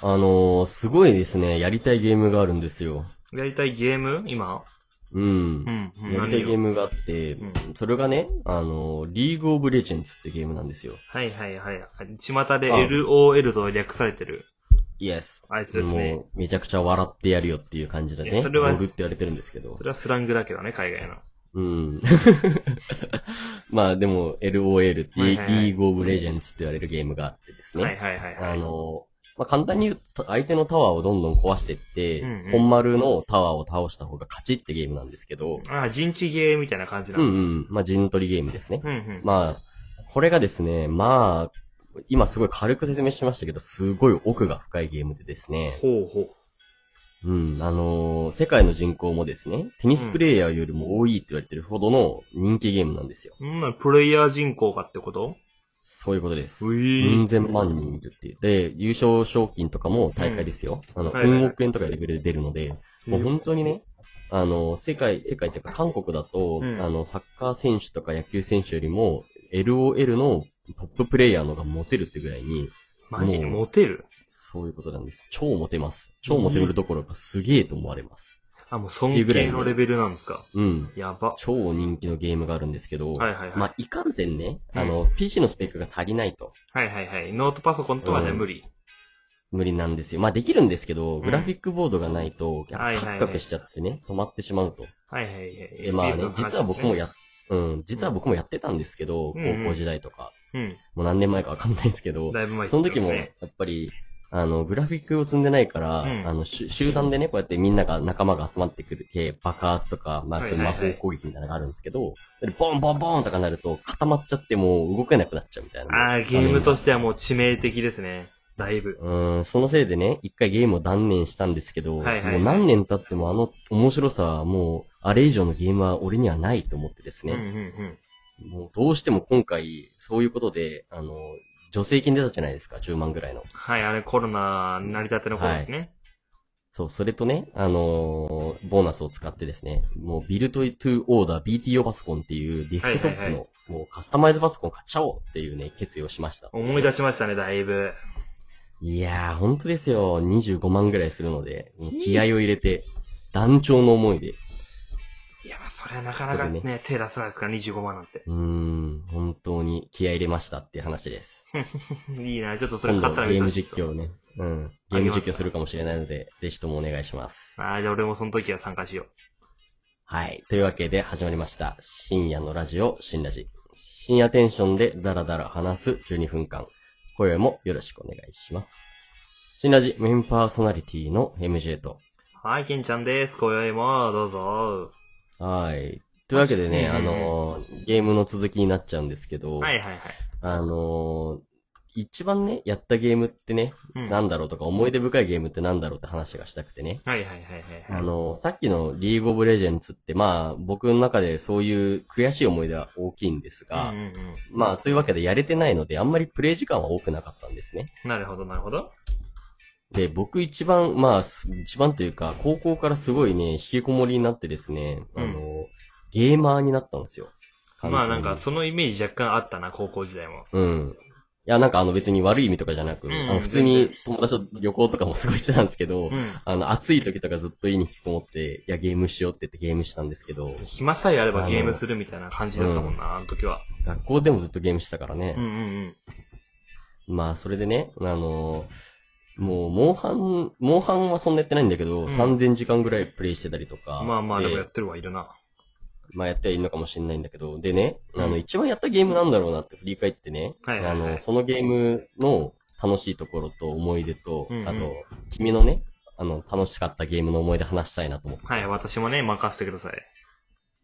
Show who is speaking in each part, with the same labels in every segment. Speaker 1: あのー、すごいですね、やりたいゲームがあるんですよ。
Speaker 2: やりたいゲーム今
Speaker 1: うん
Speaker 2: う。ん、うん。
Speaker 1: やりたいゲー
Speaker 2: ム。
Speaker 1: ムがあって、
Speaker 2: うん
Speaker 1: それがね、あのー、リーグオブレジェンズってゲームなんですよ。
Speaker 2: はいはいはい。巷で
Speaker 1: あ
Speaker 2: LOL と略されてる、
Speaker 1: イエス。
Speaker 2: あいつですね。
Speaker 1: もう、めちゃくちゃ笑ってやるよっていう感じで
Speaker 2: い
Speaker 1: ね。
Speaker 2: やそれは
Speaker 1: ログって言われてるんですけど
Speaker 2: そ。れはスラングだけどね、海外の。
Speaker 1: うん。 まあでも、LOL って、
Speaker 2: はいはいはい
Speaker 1: リーグオブレジェンズって言われるゲームがあってですね。
Speaker 2: はいはいはいは
Speaker 1: あ
Speaker 2: い。
Speaker 1: の、まあ、簡単に言うと、相手のタワーをどんどん壊していって、
Speaker 2: うんうん
Speaker 1: 本丸のタワーを倒した方が勝ちってゲームなんですけど、
Speaker 2: ああ、陣地ゲーみたいな感じな
Speaker 1: うんう。
Speaker 2: の。
Speaker 1: ん、まあ、陣取りゲームですね。
Speaker 2: うんうん。
Speaker 1: まあ、これがですね、まあ、今すごい軽く説明しましたけど、すごい奥が深いゲームでですね、
Speaker 2: ほうほう。
Speaker 1: うん、あのー世界の人口もですね、テニスプレイヤーよりも多いって言われてるほどの人気ゲームなんですよ。
Speaker 2: うん、プレイヤー人口かってこと
Speaker 1: そういうことです。
Speaker 2: う
Speaker 1: うん
Speaker 2: い
Speaker 1: 千万人いるって。で、優勝賞金とかも大会ですよ。あの、
Speaker 2: はいはいはい
Speaker 1: 4億円とかレベルで出るので、もう本当にね、あの、世界、世界というか韓国だと、
Speaker 2: うん
Speaker 1: あの、サッカー選手とか野球選手よりも、LOL のトッププレイヤーの方がモテるってぐらいに、
Speaker 2: マジで
Speaker 1: もう
Speaker 2: モテる
Speaker 1: そういうことなんです。超モテます。超モテるどころかすげえと思われます。
Speaker 2: あ、もう尊敬のレベルなんですか。
Speaker 1: うん。
Speaker 2: やば。
Speaker 1: 超人気のゲームがあるんですけど、
Speaker 2: はいはいはい
Speaker 1: まあ、いかんせんね、
Speaker 2: うん
Speaker 1: あの、PC のスペックが足りないと。
Speaker 2: はいはいはい。ノートパソコンとかじゃ無理。
Speaker 1: 無理なんですよ。まあできるんですけど、
Speaker 2: ん
Speaker 1: グラフィックボードがないと、
Speaker 2: はいはいは
Speaker 1: カ
Speaker 2: い
Speaker 1: クカクしちゃってね、止まってしまうと。
Speaker 2: はいはいはい。
Speaker 1: で、まあ
Speaker 2: ビーズ
Speaker 1: ね
Speaker 2: の、話
Speaker 1: 実は僕もや、うん、実は僕もやってたんですけど、
Speaker 2: うんうん
Speaker 1: 高校時代とか、
Speaker 2: うん。
Speaker 1: もう何年前かわかんないですけど、
Speaker 2: だいぶ前
Speaker 1: その時もやっぱり、あの、グラフィックを積んでないから、
Speaker 2: うん
Speaker 1: あの、集集団でね、こうやってみんなが、仲間が集まってくるて、爆発とか、まあ、
Speaker 2: は
Speaker 1: そ
Speaker 2: いう
Speaker 1: い
Speaker 2: は
Speaker 1: う
Speaker 2: いは
Speaker 1: 魔
Speaker 2: い
Speaker 1: 法攻撃みたいなのがあるんですけど、でボンボンボンとかなると固まっちゃってもう動けなくなっちゃうみたいな。
Speaker 2: ああ、ゲームとしてはもう致命的ですね。だいぶ。
Speaker 1: うん、そのせいでね、一回ゲームを断念したんですけど、
Speaker 2: はいはいはい
Speaker 1: もう何年経ってもあの面白さはもう、あれ以上のゲームは俺にはないと思ってです
Speaker 2: うんうん
Speaker 1: ね、
Speaker 2: うん。
Speaker 1: もうどうしても今回、そういうことで、あの、助成金出たじゃないですか、10万ぐらいの。
Speaker 2: はい、あれコロナ成り立ての頃ですね。
Speaker 1: そう、それとね、あのーボーナスを使ってですね、もうビルトイトゥーオーダー BTO パソコンっていうディスクトップの、
Speaker 2: はいはいは
Speaker 1: もうカスタマイズパソコン買っちゃおうっていうね、決意をしました。
Speaker 2: 思い出しましたね、だいぶ。
Speaker 1: いやー、本当ですよ。25万ぐらいするので、もう気合を入れて、団長の思いで。
Speaker 2: いや、まあそれはなかなか
Speaker 1: ここ
Speaker 2: ね、手出せないですから、25万なんて。
Speaker 1: うーん、本当に気合い入れましたっていう話です。
Speaker 2: いいな、ちょっとそれ
Speaker 1: 今
Speaker 2: 買
Speaker 1: 度
Speaker 2: ったら
Speaker 1: ゲ
Speaker 2: 見
Speaker 1: ー
Speaker 2: さ
Speaker 1: ム
Speaker 2: せて
Speaker 1: 実況をね、うん、ゲーム実況するかもしれないので、ぜひともお願いします。
Speaker 2: ああ、じゃあ俺もその時は参加しよ
Speaker 1: はい。というわけで始まりました。深夜のラジオ、新ラジ。深夜テンションでダラダラ話す12分間。今夜もよろしくお願いします。新ラジメインパーソナリティの MJ と。
Speaker 2: う。はい、ケンちゃんです。今宵も、どうぞ。
Speaker 1: はい。というわけでね、
Speaker 2: うん
Speaker 1: あのーゲームの続きになっちゃうんですけど、
Speaker 2: はいはいはい。
Speaker 1: あのー一番ね、やったゲームってね、
Speaker 2: うん。
Speaker 1: な
Speaker 2: はい
Speaker 1: んだろうとか、思い出深いゲームってなんだろうって話がしたくてね。
Speaker 2: はいはいはい。
Speaker 1: あ、の、さっきのリーグオブレジェンツって、まあ、僕の中でそういう悔しい思い出は大きいんですが、
Speaker 2: うんうんうん。
Speaker 1: まあ、というわけでやれてないので、あんまりプレイ時間は多くなかったんですね。
Speaker 2: なるほど、なるほど。
Speaker 1: で、僕一番、まあ、す一番というか、高校からすごいね、引きこもりになってですね、あの、ゲーマーになったんですよ。完全に
Speaker 2: まあなんか、そのイメージ若干あったな、高校時代も。
Speaker 1: うん。いや、なんかあの別に悪い意味とかじゃなく、
Speaker 2: うん
Speaker 1: あの普通に友達と旅行とかもすごいしてたんですけど、
Speaker 2: うん。
Speaker 1: あの、暑い時とかずっと家に引きこもって、いや、ゲームしようって言ってゲームしたんですけど、
Speaker 2: 暇さえあればゲームするみたいな感じだったもんな、あの時は。
Speaker 1: 学校でもずっとゲームしてたから
Speaker 2: うん
Speaker 1: ね。
Speaker 2: うん
Speaker 1: まあ、それでね、あのーもう、モンハン、モンハンはそんなやってないんだけど、
Speaker 2: ん
Speaker 1: 3000時間ぐらいプレイしてたりと
Speaker 2: う
Speaker 1: か。
Speaker 2: ん。まあまあ、でもや
Speaker 1: で
Speaker 2: ってるはいるな。
Speaker 1: まあやってはいるのかもしれないんだけど、でね、あ
Speaker 2: う
Speaker 1: の、
Speaker 2: ん
Speaker 1: 一番やったゲームなんだろうなって振り返ってね、
Speaker 2: はいはいはい
Speaker 1: あの、そのゲームの楽しいところと思い出と、
Speaker 2: うんうん
Speaker 1: あと、君のね、あの、楽しかったゲームの思い出話したいなと思って。
Speaker 2: はい、私もね、任せてください。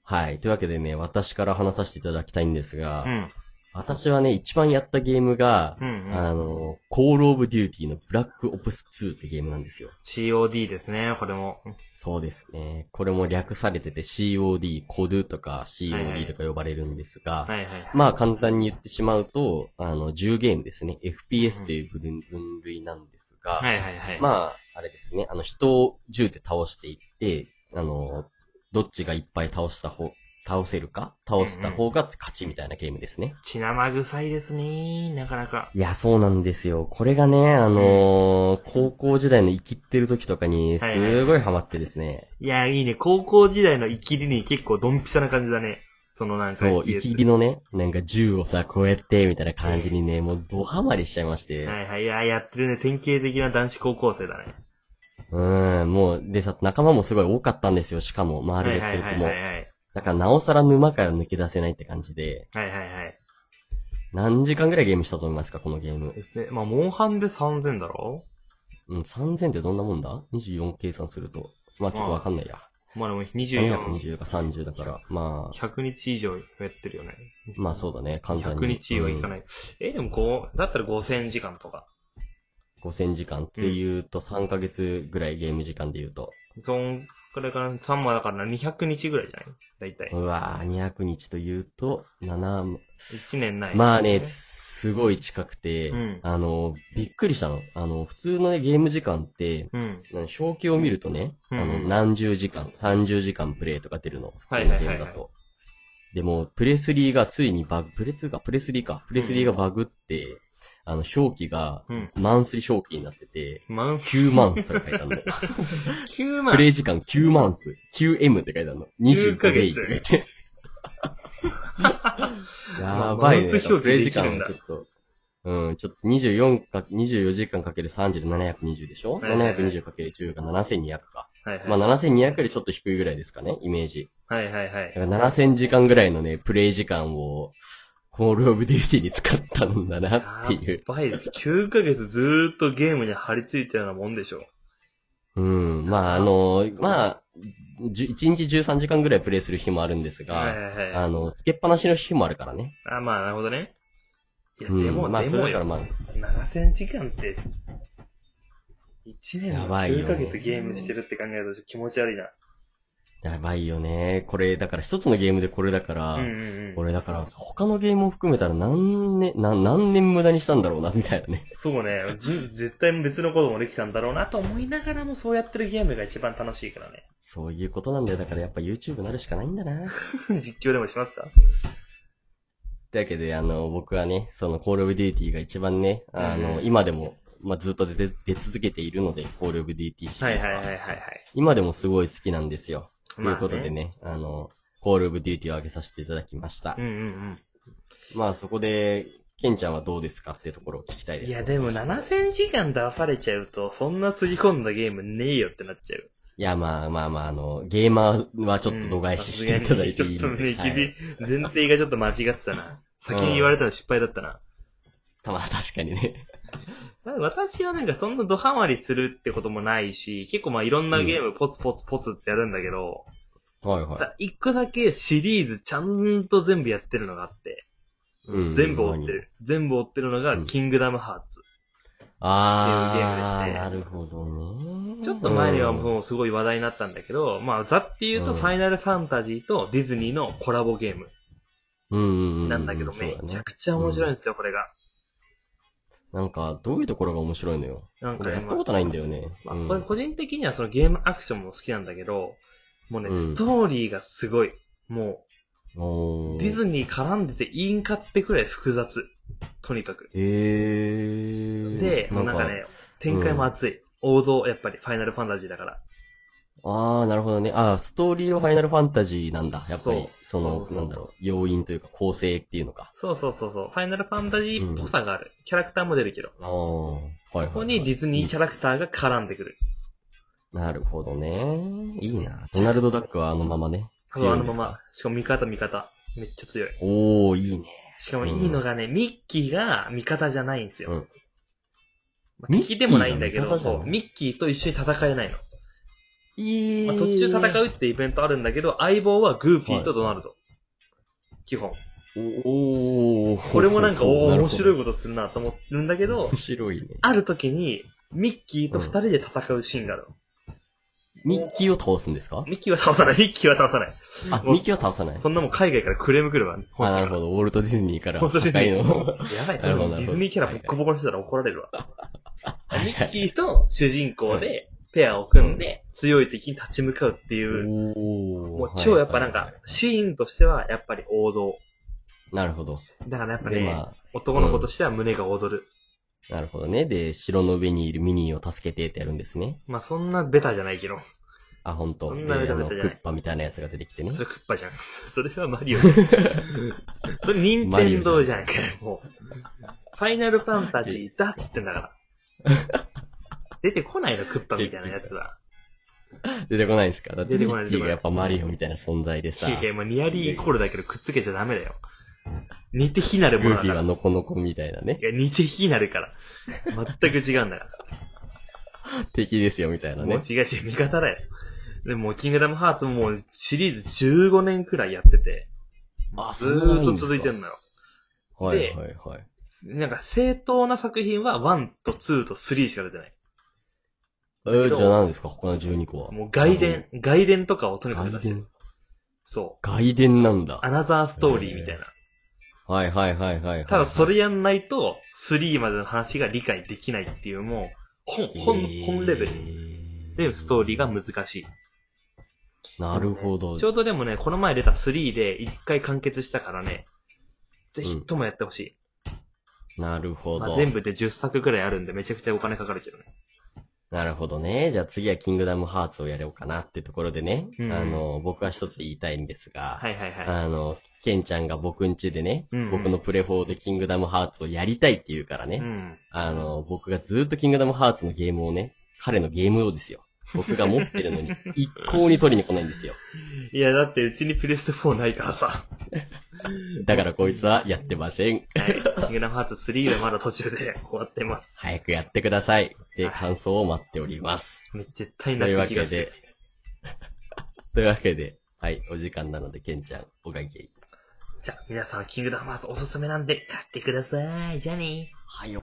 Speaker 1: はい。というわけでね、私から話させていただきたいんですが、
Speaker 2: うん。
Speaker 1: 私はね、一番やったゲームが、
Speaker 2: うんうん。
Speaker 1: あの、Call of Duty の Black Ops 2ってゲームなんですよ。
Speaker 2: COD ですね、これも。
Speaker 1: そうですね。これも略されてて COD、COD とか
Speaker 2: はいは
Speaker 1: COD
Speaker 2: い
Speaker 1: とか呼ばれるんですが、
Speaker 2: はいはいはい。
Speaker 1: まあ簡単に言ってしまうと、あの、10ゲームですね。FPS という分分類なんですが、
Speaker 2: はいはいはい。あ、
Speaker 1: まあ、あれですね。あの、人を銃で倒していって、あの、どっちがいっぱい倒した方、倒せるか倒した方が勝ちみたいなゲームですね。
Speaker 2: 血生臭いですね。なかなか。
Speaker 1: いや、そうなんですよ。これがね、あのー高校時代の生きってる時とかに、
Speaker 2: はいはいはい
Speaker 1: すごいハマってですね。
Speaker 2: いや、いいね。高校時代の生きりに結構ドンピシャな感じだね。そのなんか。
Speaker 1: そう、生きり
Speaker 2: の。
Speaker 1: のね、なんか銃をさ、こうやって、みたいな感じにね、もうドハマりしちゃいまして。
Speaker 2: はいはい。いや、やってるね。典型的な男子高校生だね。
Speaker 1: うん、もう、でさ、仲間もすごい多かったんですよ、しかも、周りでやってる子も
Speaker 2: は。いはい
Speaker 1: だから、なおさら沼から抜け出せないって感じで、
Speaker 2: はいはい。はいはいはい。
Speaker 1: 何時間ぐらいゲームしたと思いますか、このゲーム。
Speaker 2: ですね。まあ、モンハンで3000だろ
Speaker 1: うん、3000ってどんなもんだ ?24 計算すると。まあ、ちょっとわかんないや。
Speaker 2: まあでも24、
Speaker 1: 420か30だから、まあ、
Speaker 2: 100日以上やってるよね。
Speaker 1: まあそうだね、簡単に。。
Speaker 2: 100日はいかないい。え、でもこう、だったら5000時間とか。
Speaker 1: 5000時間っていうと3ヶ月ぐらいゲーム時間で言うと。
Speaker 2: そんくらいかな。3まだから200日ぐらいじゃない大体。
Speaker 1: うわぁ、200日と言うと、7、
Speaker 2: 1年ない。
Speaker 1: まあね、すごい近くて、
Speaker 2: うん
Speaker 1: あの、びっくりしたの。あの、普通のね、ゲーム時間って、
Speaker 2: うん。
Speaker 1: なんか表記を見るとね、
Speaker 2: うん
Speaker 1: あの、何十時間、30時間プレイとか出るの、普通の
Speaker 2: はい
Speaker 1: ゲ
Speaker 2: はいは
Speaker 1: ー
Speaker 2: いはい
Speaker 1: ムだと。でも、プレスリーがついにバグ、プレ2か、プレスリーか、プレスリーがバグって、あの、表記が、
Speaker 2: うん。
Speaker 1: マンスリ表記になってて、
Speaker 2: 満
Speaker 1: 9万スとか書いてある の。
Speaker 2: 9
Speaker 1: プレ
Speaker 2: 万。
Speaker 1: イ時間9万ス、9M って書いてあるの。
Speaker 2: 9
Speaker 1: 29
Speaker 2: ヶ
Speaker 1: デ
Speaker 2: 月
Speaker 1: イって書いて。やばいね。
Speaker 2: マウス表
Speaker 1: プレイ時
Speaker 2: 記できる
Speaker 1: 間
Speaker 2: んだ
Speaker 1: はちょっと。うん、ちょっと24か、24時間かける30で720でしょ、
Speaker 2: はいはいはい
Speaker 1: ?720 かける10が7200か。
Speaker 2: はいはい。
Speaker 1: まあ7200よりちょっと低いぐらいですかね、イメージ。
Speaker 2: はいはい
Speaker 1: だ
Speaker 2: は
Speaker 1: か
Speaker 2: い。
Speaker 1: ら7000時間ぐらいのね、プレイ時間を、コールオブデューティーに使ったんだなっていう。
Speaker 2: やばいです。9ヶ月ずーっとゲームに張り付いてるようなもんでしょ。
Speaker 1: うん、まああの、まあ、じゅ1日13時間ぐらいプレイする日もあるんですが、
Speaker 2: はいはいは
Speaker 1: あ
Speaker 2: い。
Speaker 1: の、つけっぱなしの日もあるからね。
Speaker 2: あ、まあなるほどね。いや、
Speaker 1: うん
Speaker 2: でも、
Speaker 1: まあ
Speaker 2: で
Speaker 1: そ
Speaker 2: も
Speaker 1: れだからま
Speaker 2: よ
Speaker 1: あ、
Speaker 2: 7000時間って、1年
Speaker 1: や
Speaker 2: の
Speaker 1: ばいよ
Speaker 2: 9ヶ月ゲームしてるって考えると気持ち悪いな。
Speaker 1: やばいよね。これ、だから一つのゲームでこれだから、
Speaker 2: うんうんうん。
Speaker 1: 俺だから他のゲームを含めたら何年、な何年無駄にしたんだろうな、み たいなね。
Speaker 2: そうね。じ絶対別のこともできたんだろうなと思いながらもそうやってるゲームが一番楽しいから ね。
Speaker 1: そういうことなんだよ。だからやっぱ YouTube なるしかないんだな。
Speaker 2: 実況でもしますか
Speaker 1: というわけで、あの、僕はね、その、コールオブデューティーが一番ね、あの、
Speaker 2: うん
Speaker 1: 今でも、まあ、ずっと出て出続けているので、コールオブデューティーシ
Speaker 2: は
Speaker 1: リー
Speaker 2: い
Speaker 1: ズ
Speaker 2: は
Speaker 1: はい
Speaker 2: はいはいはい。
Speaker 1: 今でもすごい好きなんですよ。ということで
Speaker 2: ま
Speaker 1: ね、あの、コールオブデューティーを上げさせていただきました
Speaker 2: あ。ね。うんうん
Speaker 1: まあそこで、ケンちゃんはどうですかってところを聞きたい
Speaker 2: うん。
Speaker 1: です。
Speaker 2: いやでも7000時間出されちゃうと、そんなつぎ込んだゲームねえよってなっちゃう。
Speaker 1: いや、まあまあまあ、あの、ゲーマーはちょっと度外視していただいていい
Speaker 2: ちょっ
Speaker 1: の
Speaker 2: と
Speaker 1: で、
Speaker 2: ね、
Speaker 1: は
Speaker 2: 君
Speaker 1: い、
Speaker 2: 前提がちょっと間違ってたな。先に言われたら失敗だったな。
Speaker 1: たまあ確かにね。
Speaker 2: 私はなんかそんなドハマりするってこともないし、結構まあいろんなゲームポツポツポツってやるんだけど、
Speaker 1: はいは
Speaker 2: た一個だけシリーズちゃんと全部やってるのがあって、
Speaker 1: い。うん
Speaker 2: 全部追って。る。全部追ってるのが
Speaker 1: うん
Speaker 2: キングダムハーツ。
Speaker 1: あ
Speaker 2: っていう
Speaker 1: ー、
Speaker 2: ゲー
Speaker 1: な
Speaker 2: ム
Speaker 1: るほどね。
Speaker 2: ちょっと前には
Speaker 1: うん、
Speaker 2: もうすごい話題になったんだけど、まあざって言う
Speaker 1: う
Speaker 2: と
Speaker 1: ん
Speaker 2: ファイナルファンタジーとディズニーのコラボゲーム
Speaker 1: うんうんう
Speaker 2: なんだけど、
Speaker 1: そう
Speaker 2: め
Speaker 1: だ
Speaker 2: ちゃ
Speaker 1: ね。
Speaker 2: くちゃ面白いんですよ、これが。
Speaker 1: なんか、どういうところが面白いのよ。
Speaker 2: なんか
Speaker 1: 俺
Speaker 2: ね
Speaker 1: やったことないんだよね。
Speaker 2: まあ
Speaker 1: うん
Speaker 2: これ個人的にはそのゲームアクションも好きなんだけど、もうね、
Speaker 1: うん
Speaker 2: ストーリーがすごい。も
Speaker 1: お
Speaker 2: う、ディズニー絡んでていいんかってくらい複雑。とにかく。
Speaker 1: えー。
Speaker 2: で、もうなんかね、展開も熱い。王道、やっぱり、ファイナルファンタジーだから。
Speaker 1: ああ、なるほどね。ああ、ストーリーをファイナルファンタジーなんだ。やっぱり、そ
Speaker 2: そう
Speaker 1: の、
Speaker 2: そうそう
Speaker 1: なんだろう、要因というか構成っていうのか。
Speaker 2: そうそうそうそう。ファイナルファンタジーっぽさがある。キャラクターも出るけど。
Speaker 1: ああ、はいはいはい
Speaker 2: そこにディズニーキャラクターが絡んでくる。
Speaker 1: なるほどね。いいな。ドナルド・ダックはあのままね。
Speaker 2: そう、
Speaker 1: 強
Speaker 2: あ
Speaker 1: い
Speaker 2: の
Speaker 1: んで
Speaker 2: ますま
Speaker 1: か。。
Speaker 2: しかも味方味方。めっちゃ強い。
Speaker 1: おー、いいね。
Speaker 2: しかもいいのがね、ミッキーが味方じゃないんですよ。
Speaker 1: うん
Speaker 2: まあ敵でもないんだけ
Speaker 1: ミッキーが
Speaker 2: ど、
Speaker 1: 味方じゃ
Speaker 2: そ、
Speaker 1: ないう
Speaker 2: ミッキーと一緒に戦えないの。
Speaker 1: いい。
Speaker 2: まあ、途中戦うってイベントあるんだけど、相棒はグーフィーとドナルド。基本。
Speaker 1: おー。
Speaker 2: これもなんか、おー面白
Speaker 1: い。
Speaker 2: いことするなと思ってるんだけど
Speaker 1: 面、白いね。
Speaker 2: ある時に、ミッキーと二人で戦うシーンがあるの。
Speaker 1: ミッキーを倒すんですか
Speaker 2: ミッキーは倒さない、ミッキーは倒さない。
Speaker 1: あ、
Speaker 2: もう
Speaker 1: ミッキーは倒さない。
Speaker 2: そんなもん海外からクレーム来るわ、ね、
Speaker 1: あ、なるほ
Speaker 2: ど。
Speaker 1: ど。ウォルト・ディズニーから。
Speaker 2: 本当に
Speaker 1: 高い
Speaker 2: や
Speaker 1: の。な
Speaker 2: ばい、
Speaker 1: るほどなるほど
Speaker 2: ディズニーキャラボッコボコにしてたら怒られるわ。
Speaker 1: はい
Speaker 2: ミッキー と主人公でペアを組んで強い敵に立ち向かうっていう、
Speaker 1: おー。
Speaker 2: もう超やっぱ
Speaker 1: はいは
Speaker 2: なん
Speaker 1: いは
Speaker 2: か
Speaker 1: い、
Speaker 2: シーンとしてはやっぱり王道。
Speaker 1: なるほど。
Speaker 2: だからやっぱ
Speaker 1: で、
Speaker 2: ね、
Speaker 1: ま
Speaker 2: 男の子としては胸が躍る。
Speaker 1: あ、なるほどね。で、城の上にいるミニーを助けてってやるんですね。
Speaker 2: まあそんなベタじゃないけど。
Speaker 1: あ、ほんと。
Speaker 2: そ
Speaker 1: で、
Speaker 2: んなベ
Speaker 1: あ
Speaker 2: タベ
Speaker 1: の、ク
Speaker 2: タじゃない
Speaker 1: ッパみたいなやつが出てきてね
Speaker 2: そ。れクッパじゃん。 それはマリオ じゃん。それ任天堂じゃんかよ、もう。ファイナルファンタジーだっつってんだ から。出てこないの、クッパみたいなやつは。
Speaker 1: 出てこないんですかだって、
Speaker 2: 出て
Speaker 1: ミ
Speaker 2: こない
Speaker 1: ッキーがやっぱマリオみたいな存在で
Speaker 2: い
Speaker 1: さ、
Speaker 2: やい
Speaker 1: グ
Speaker 2: や、もうニアリーイコールだけどくっつけちゃダメだよ。似て非なるもの
Speaker 1: ー
Speaker 2: だ
Speaker 1: フィ
Speaker 2: か
Speaker 1: ー
Speaker 2: ら。
Speaker 1: はいノコノコみたいなね、
Speaker 2: や、似て非なるから。全く違うん だか
Speaker 1: 敵ですよみたい
Speaker 2: ら。
Speaker 1: な
Speaker 2: もう
Speaker 1: ね。
Speaker 2: 違う違う、味方だよ。でも、キングダムハーツももうシリーズ15年くらいやってて、
Speaker 1: あ
Speaker 2: ずーっと続いて
Speaker 1: ん
Speaker 2: んのよ。
Speaker 1: のはいはいはい。
Speaker 2: なんか正当な作品は1と2と3しか出てない。
Speaker 1: え
Speaker 2: け
Speaker 1: ー、
Speaker 2: ど
Speaker 1: じゃあ何ですか他の12個は。
Speaker 2: もう外伝、外伝とかをとにかく出
Speaker 1: 外
Speaker 2: してる
Speaker 1: 伝。
Speaker 2: そう。
Speaker 1: 外伝なんだ
Speaker 2: ア。ナザーストーリーみたいな。
Speaker 1: はいはいはいはいはい。
Speaker 2: ただそれやんないと、3までの話が理解できないっていう、もう、本、
Speaker 1: え
Speaker 2: 本、
Speaker 1: ー
Speaker 2: 本レベルでストーリーが難しい。
Speaker 1: なるほど。
Speaker 2: ちょうどでもね、この前出た3で一回完結したからね、ぜひともやってほしい。
Speaker 1: なるほ
Speaker 2: まあ、
Speaker 1: ど。
Speaker 2: 全部で10作くらいあるんで、めちゃくちゃお金かかるけどね。
Speaker 1: なるほどね。じゃあ次はキングダムハーツをやろうかなってところでね。
Speaker 2: うん
Speaker 1: あの、僕は一つ言いたいんですが、
Speaker 2: はいはいはい。
Speaker 1: あの、ケンちゃんが僕ん家でね、
Speaker 2: うんうん
Speaker 1: 僕のプレ4でキングダムハーツをやりたいって言うからね、
Speaker 2: うん。
Speaker 1: あの、僕がずーっとキングダムハーツのゲームをね、彼のゲーム用ですよ。僕が持ってるのに、一向に取りに来ないんですよ。
Speaker 2: いや、だってうちにプレステ4ないからさ。
Speaker 1: だからこいつはやってません。
Speaker 2: はい。キングダムハーツ3はまだ途中で終わってます。
Speaker 1: 早くやってください。で、
Speaker 2: はい
Speaker 1: 感想を待っております。
Speaker 2: め絶対
Speaker 1: と
Speaker 2: 泣
Speaker 1: いうわ
Speaker 2: く気
Speaker 1: け
Speaker 2: がす
Speaker 1: で
Speaker 2: る。、
Speaker 1: というわけで、はい、お時間なので、ケンちゃん、お会計。
Speaker 2: じゃあ、皆さん、キングダムハーツおすすめなんで買ってください。じゃあねー。
Speaker 1: はよ。